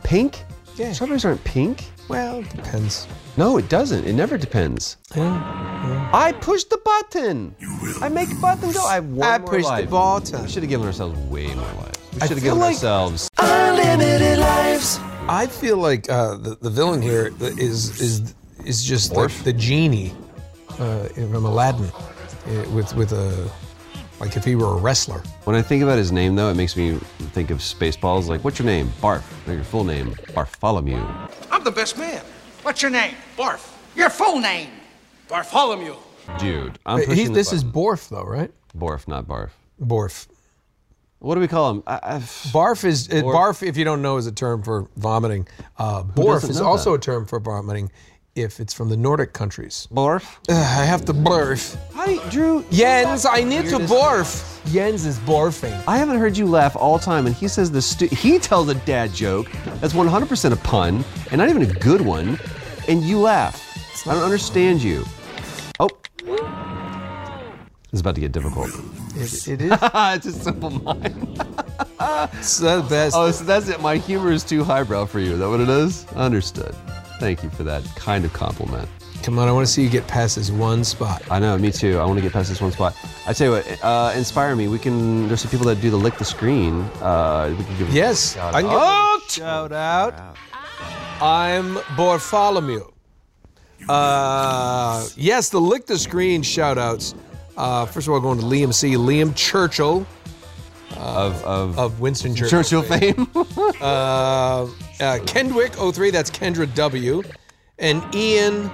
pink? Yeah. Strawberries aren't pink. Well, depends. No, it doesn't. It never depends. I pushed the button. I make button go. I have one I more pushed the life. button. We should have given ourselves way more lives. We I should have feel given like- ourselves. I feel like uh, the the villain here is is is just like Worf? the genie uh, from Aladdin, uh, with with a like if he were a wrestler. When I think about his name, though, it makes me think of Spaceballs. Like, what's your name? Barf. Or your full name? Bartholomew. I'm the best man. What's your name? Barf. Your full name? Bartholomew. Dude, I'm pushing He's, the this is button. Borf though, right? Borf, not Barf. Borf. What do we call him? I, I've, Barf is uh, Borf. barf. If you don't know, is a term for vomiting. Uh, borf doesn't is know also that? a term for vomiting if it's from the Nordic countries. Barf. Ugh, I have to barf. How do you, Drew? Jens, I need to Weirdest- barf. Jens is barfing. I haven't heard you laugh all time, and he says the stu- he tells a dad joke that's 100% a pun and not even a good one, and you laugh. I don't understand you. Oh, this is about to get difficult. It, it is Ah, it's a simple mind. it's the best. Oh, so that's it. My humor is too highbrow for you. Is that what it is? Understood. Thank you for that kind of compliment. Come on, I want to see you get past this one spot. I know, me too. I want to get past this one spot. I tell you what, uh, inspire me. We can. There's some people that do the lick the screen. Uh, we can give. Yes, shout I can out. give oh, shout out. I'm Bartholomew. Uh, yes, the lick the screen shout outs. Uh, first of all, going to Liam C. Liam Churchill uh, of of, of Winston Churchill. Churchill fame. Uh, uh, Kendrick 03, that's Kendra W. And Ian,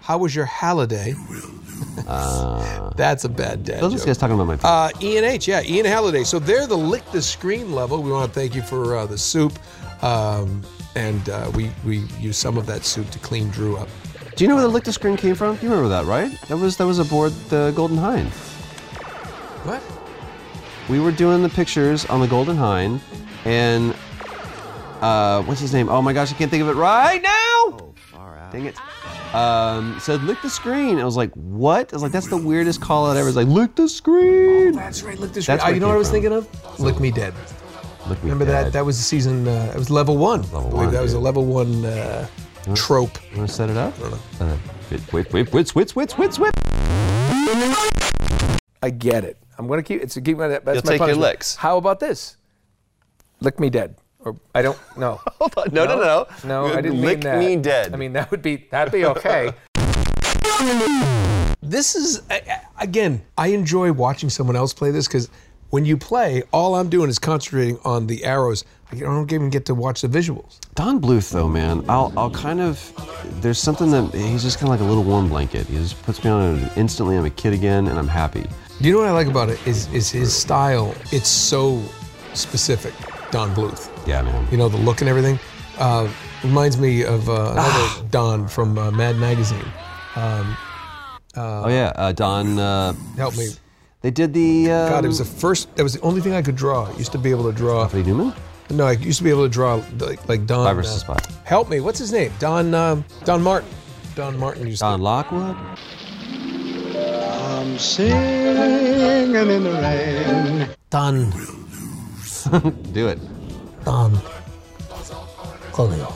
how was your holiday? that's a bad dad. Those joke. guys talking about my. Uh, Ian H. Yeah, Ian Halliday. So they're the lick the screen level. We want to thank you for uh, the soup, um, and uh, we we use some of that soup to clean Drew up. Do you know where the lick the screen came from? You remember that, right? That was that was aboard the Golden Hind. What? We were doing the pictures on the Golden Hind, and uh, what's his name? Oh my gosh, I can't think of it right now. Dang it. Um, said lick the screen. I was like, what? I was like, that's the weirdest call out ever. It's like lick the screen. That's right. Lick the That's Ah, where you it know what came I was from. thinking of? Lick me dead. Lick me Remember that? dead. That was the season. Uh, it was level one. I believe one, that was a dude. level one uh, trope. You want to set it up? Uh, Whip, whip, whip, whip, whip, whip, whip, whip. I get it. I'm gonna keep. It's a keep. That's You'll my take your punishment. licks. How about this? Lick me dead, or I don't know. Hold on. No, no, no. No, I didn't mean Lick that. me dead. I mean that would be that'd be okay. This is I- I- again. I enjoy watching someone else play this because when you play, all I'm doing is concentrating on the arrows. I don't even get to watch the visuals. Don Bluth, though, man, I'll, I'll kind of. There's something that he's just kind of like a little warm blanket. He just puts me on and instantly. I'm a kid again, and I'm happy. You know what I like about it is is his style. It's so specific, Don Bluth. Yeah, man. You know the look and everything. Uh, reminds me of uh, Ah. another Don from uh, Mad Magazine. oh yeah, uh, Don. Uh, Help me, they did the. Um, God! It was the first. That was the only thing I could draw. I used to be able to draw. Alfred Newman. No, I used to be able to draw like, like Don. uh, Five versus five. Help me. What's his name? Don. Um, Don Martin. Don Martin used Don to. Lockwood. Don. Do it. Don. Colio.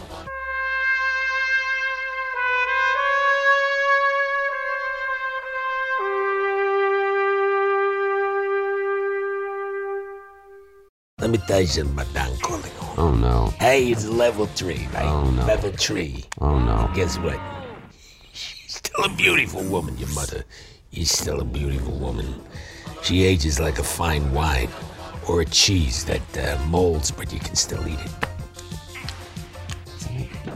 Let me tell you something about Don Corleone. Oh no. Hey, he's level three, right? Oh, no. Level three. Oh no. Guess what? She's still a beautiful woman, your mother. She's still a beautiful woman. She ages like a fine wine or a cheese that uh, molds, but you can still eat it.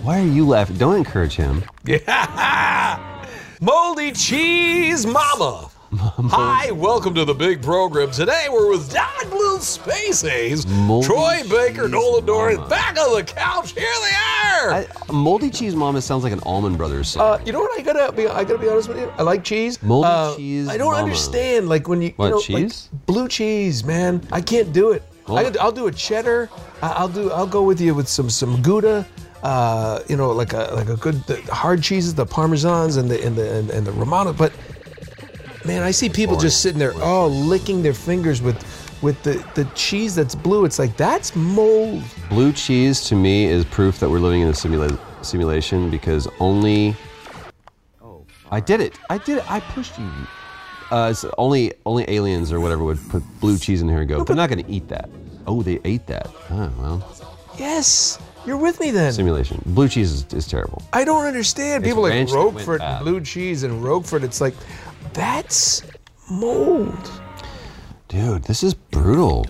Why are you laughing? Don't encourage him. Moldy Cheese Mama. Hi, welcome to the big program. Today we're with Don Blue Spaces, Moldy Troy Baker, Cheese Nolan Doris, Mama. back on the couch. Here they are. I, moldy cheese mama sounds like an Almond Brothers song. Uh, you know what? I gotta be. I gotta be honest with you. I like cheese. Moldy Uh, cheese I don't mama. understand. Like when you. What, you know, cheese? Like blue cheese, man. I can't do it. I Moldy- could, I'll do a cheddar. I, I'll do. I'll go with you with some some Gouda. Uh, you know, like a like a good the hard cheeses, the parmesans and the and the and, and the romano. But man, I see people just sitting there, oh, licking their fingers with with the the cheese that's blue. It's like that's mold. Blue cheese to me is proof that we're living in a simula- simulation because only. I did it. I did it. I pushed you. Uh, it's only only aliens or whatever would put blue cheese in here and go. They're not going to eat that. Oh, they ate that. Huh, well, Yes, you're with me then. simulation. Blue cheese is, is terrible. I don't understand. People like ranch that went uh, Roquefort, and bad. blue cheese, and Roquefort. It's like, that's mold. Dude, this is brutal.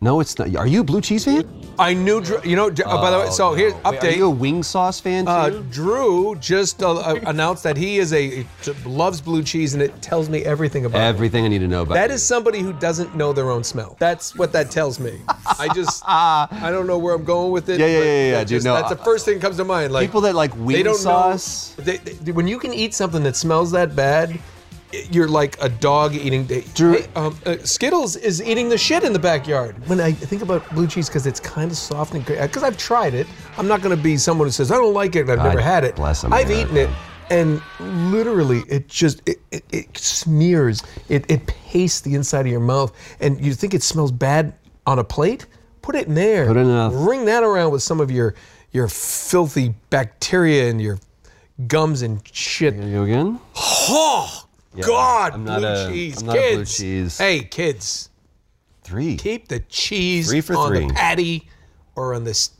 No, it's not. Are you a blue cheese fan? I knew, Drew, you know, Dr- oh, by the way, so here's Are update. you a wing sauce fan too? uh, Drew just uh, uh, announced that he is a loves blue cheese, and it tells me everything about him. Everything I need to know about That you. is somebody who doesn't know their own smell. That's what that tells me. I just, I don't know where I'm going with it. Yeah, yeah, but yeah, yeah, dude, that just- no, that's the first thing that comes to mind. Like uh, people that like wing they don't sauce. Know, they, they- when you can eat something that smells that bad, you're like a dog eating. They, Drew- hey, um, uh, Skittles is eating the shit in the backyard. When I think about blue cheese, because it's kind of soft and because I've tried it, I'm not going to be someone who says I don't like it. and I've never had it. bless I've America. eaten it, and literally, it just it, it, it smears. It it pastes the inside of your mouth, and you think it smells bad on a plate, Put it in there. Put it in a- Ring that around with some of your your filthy bacteria and your gums and shit. Here you go again. Oh Yeah, God! I'm not blue a- cheese, I'm not a kids. blue cheese. Hey, kids. Three. Keep the cheese Three for on three. the patty or on this.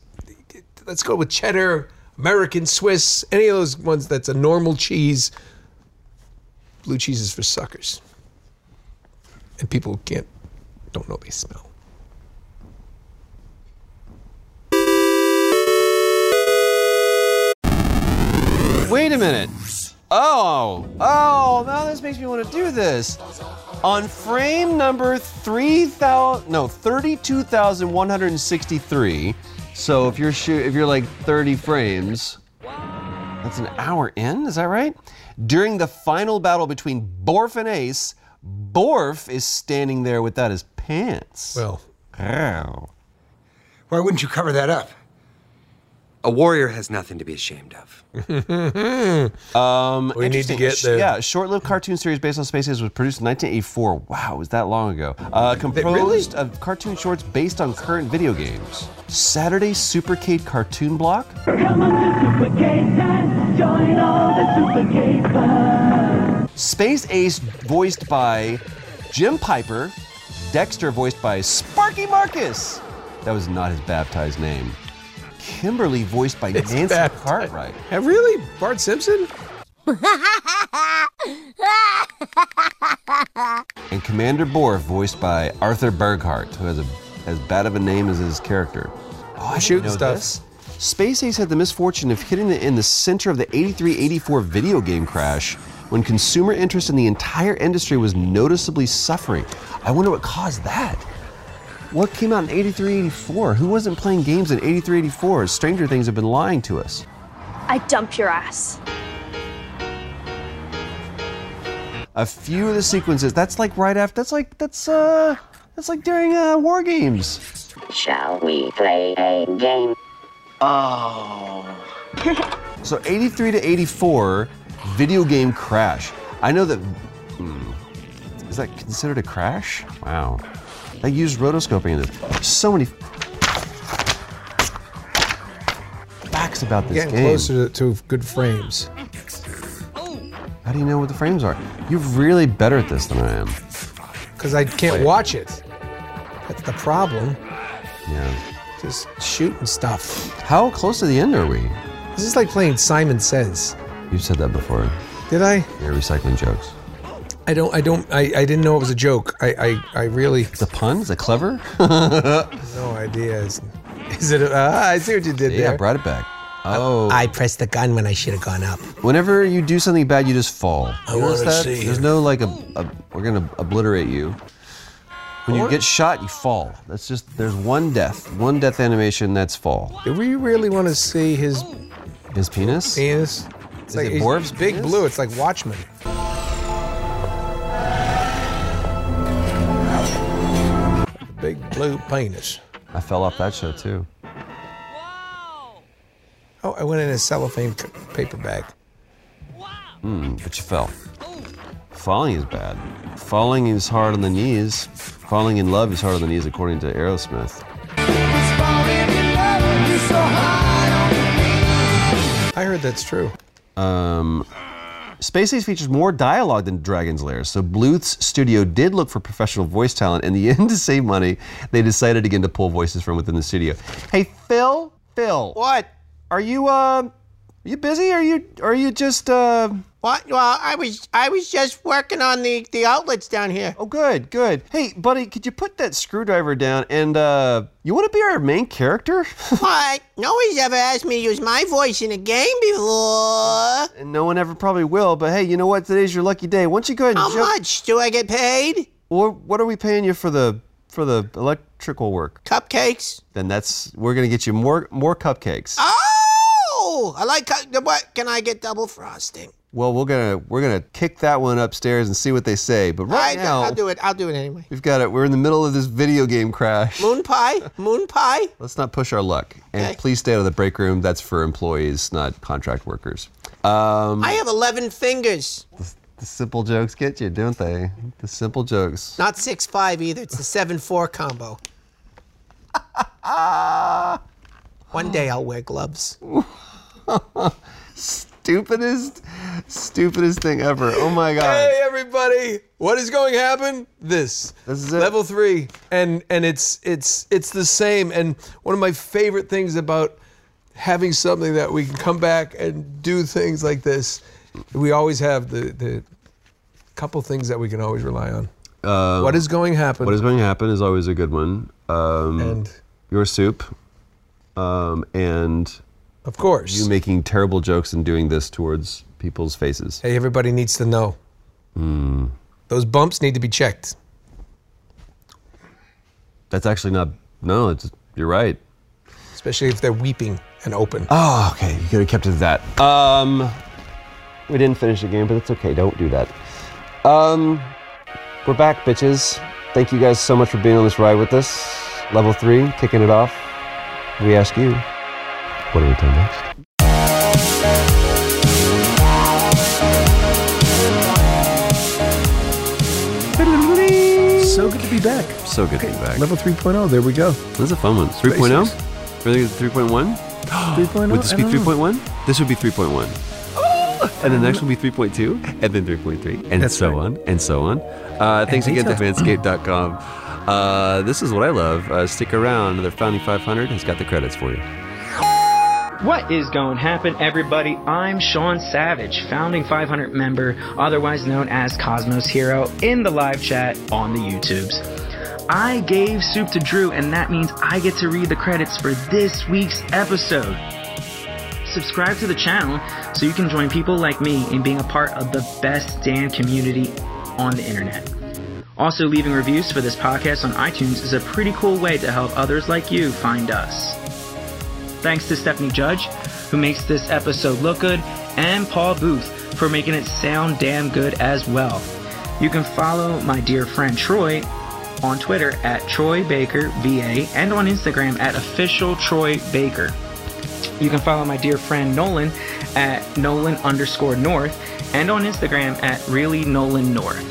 Let's go with cheddar, American Swiss, any of those ones that's a normal cheese. Blue cheese is for suckers, and people who can't don't know they smell. Wait a minute. Oh, oh, now this makes me want to do this. On frame number 3,000, no, 32,163. So if you're shoo- if you're like 30 frames, that's an hour in, is that right? During the final battle between Borf and Ace, Borf is standing there without his pants. Well, Ow. Why wouldn't you cover that up? A warrior has nothing to be ashamed of. um, We need to interesting. get Sh- the- Yeah, short-lived cartoon series based on Space Ace was produced in 1984. Wow, was that long ago? Uh, composed of cartoon shorts based on current video games. Saturday Supercade cartoon block. Join all the super Space Ace voiced by Jim Piper. Dexter voiced by Sparky Marcus. That was not his baptized name. Kimberly voiced by Nancy Cartwright. really? Bart Simpson? and Commander Borf, voiced by Arthur Berghart, who has a, as bad of a name as his character. Oh, I Shooting stuff. Space Ace had the misfortune of hitting the, in the center of the 83-84 video game crash when consumer interest in the entire industry was noticeably suffering. I wonder what caused that. What came out in 83-84? Who wasn't playing games in 83-84? Stranger Things have been lying to us. I dump your ass. a few of the sequences. That's like right after. That's like that's uh that's like during uh, war games. Shall we play a game? Oh. so 83 to 84, video game crash. I know that. hmm, is that considered a crash? Wow. They used rotoscoping in this. So many facts about this Getting game. closer to, to good frames. How do you know what the frames are? You're really better at this than I am. Because I can't Wait. watch it. That's the problem. Yeah. Just shooting stuff. How close to the end are we? This is like playing Simon Says. You've said that before. Did I? You're recycling jokes. I don't. I don't. I, I didn't know it was a joke. I. I, I really. It's a pun. Is it clever? no idea. Is, is it? a- Ah, I see what you did Yeah, there. brought it back. Oh. I, pressed the gun when I should have gone up. Whenever you do something bad, you just fall. I You notice wanna that? see There's no like a, a we're gonna obliterate you. When you Or- get shot, you fall. That's just there's one death, one death animation. That's fall. Do we really want to see his His penis. penis? It's Is like it he's Borv's big penis? blue. It's like Watchmen. Big blue penis. I fell off that show too. Oh, I went in a cellophane c- paper bag. Mm, but you fell. Falling is bad. Falling is hard on the knees. Falling in love is hard on the knees, according to Aerosmith. I heard that's true. Um, Space Ace features more dialogue than Dragon's Lair, so Bluth's studio did look for professional voice talent. In the end, to save money, they decided again to pull voices from within the studio. Hey, Phil, Phil, what? Are you uh, are you busy? Are you are you just uh? What? Well, I was I was just working on the the outlets down here. Oh, good, good. Hey, buddy, could you put that screwdriver down? And uh, you want to be our main character? What? Nobody's ever asked me to use my voice in a game Oh. before. and no one ever probably will. But hey, you know what? Today's your lucky day. Why don't you go ahead and Oh, How jump- much do I get paid? Or what are we paying you for the for the electrical work? Cupcakes. Then that's we're gonna get you more more cupcakes. Oh, I like cu- what? Can I get double frosting? Well, we're gonna we're gonna kick that one upstairs and see what they say. But right I, now, I'll do it. I'll do it anyway. we've got it. We're in the middle of this video game crash. Moon pie. Moon pie. Let's not push our luck. And Okay. please stay out of the break room. That's for employees, not contract workers. Um, I have eleven fingers. the simple jokes get you, don't they? The simple jokes. Not six five either. It's the seven four combo. One day I'll wear gloves. stupidest, stupidest thing ever. Oh my god. Hey everybody! What is going to happen? This. This is it. Level three, and and it's it's it's the same. And one of my favorite things about having something that we can come back and do things like this, we always have the the couple things that we can always rely on. Um, what is going to happen? What is going to happen is always a good one. Um, And- your soup, um, and of course you making terrible jokes and doing this towards people's faces. Hey, everybody needs to know. Hmm. Those bumps need to be checked. That's actually not. No, it's, you're right. Especially if they're weeping and open. Oh, okay. You could have kept it that. Um, we didn't finish the game, but it's okay. Don't do that. Um, we're back, bitches. Thank you guys so much for being on this ride with us. Level three, kicking it off. We ask you, what are we doing next? So good to be back. So good to be back. Level 3.0, there we go. This is a fun one. 3.0? Really? 3.1? 3.0? Would this I be don't know. 3.1? This would be 3.1. And the next one will be 3.2, Oh! and then 3.3, and so on, and so on. Uh, thanks again to details. manscaped.com. Uh, this is what I love. Uh, stick around. Another Founding 500 has got the credits for you. What is going to happen, everybody? I'm Sean Savage, founding 500 member, otherwise known as Cosmos Hero, in the live chat on the YouTubes. I gave soup to Drew, and that means I get to read the credits for this week's episode. Subscribe to the channel so you can join people like me in being a part of the best damn community on the internet. Also, leaving reviews for this podcast on iTunes is a pretty cool way to help others like you find us. Thanks to Stephanie Judge, who makes this episode look good, and Paul Booth for making it sound damn good as well. You can follow my dear friend Troy on Twitter at Troy Baker VA and on Instagram at official Troy Baker. You can follow my dear friend Nolan at Nolan underscore North and on Instagram at really Nolan North.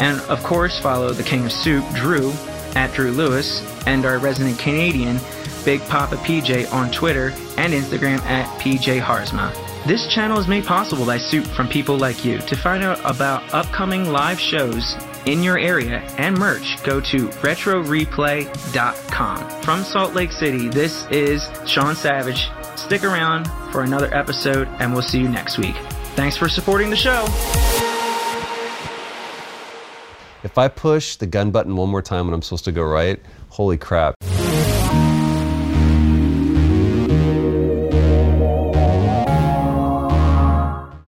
And of course, follow the King of Soup, Drew, at Drew Lewis, and our resident Canadian, Big Papa PJ, on Twitter and Instagram at PJ Harzma. This channel is made possible by soup from people like you. To find out about upcoming live shows in your area and merch, go to retroreplay.com. From Salt Lake City, this is Sean Savage. Stick around for another episode, and we'll see you next week. Thanks for supporting the show. If I push the gun button one more time when I'm supposed to go right, holy crap.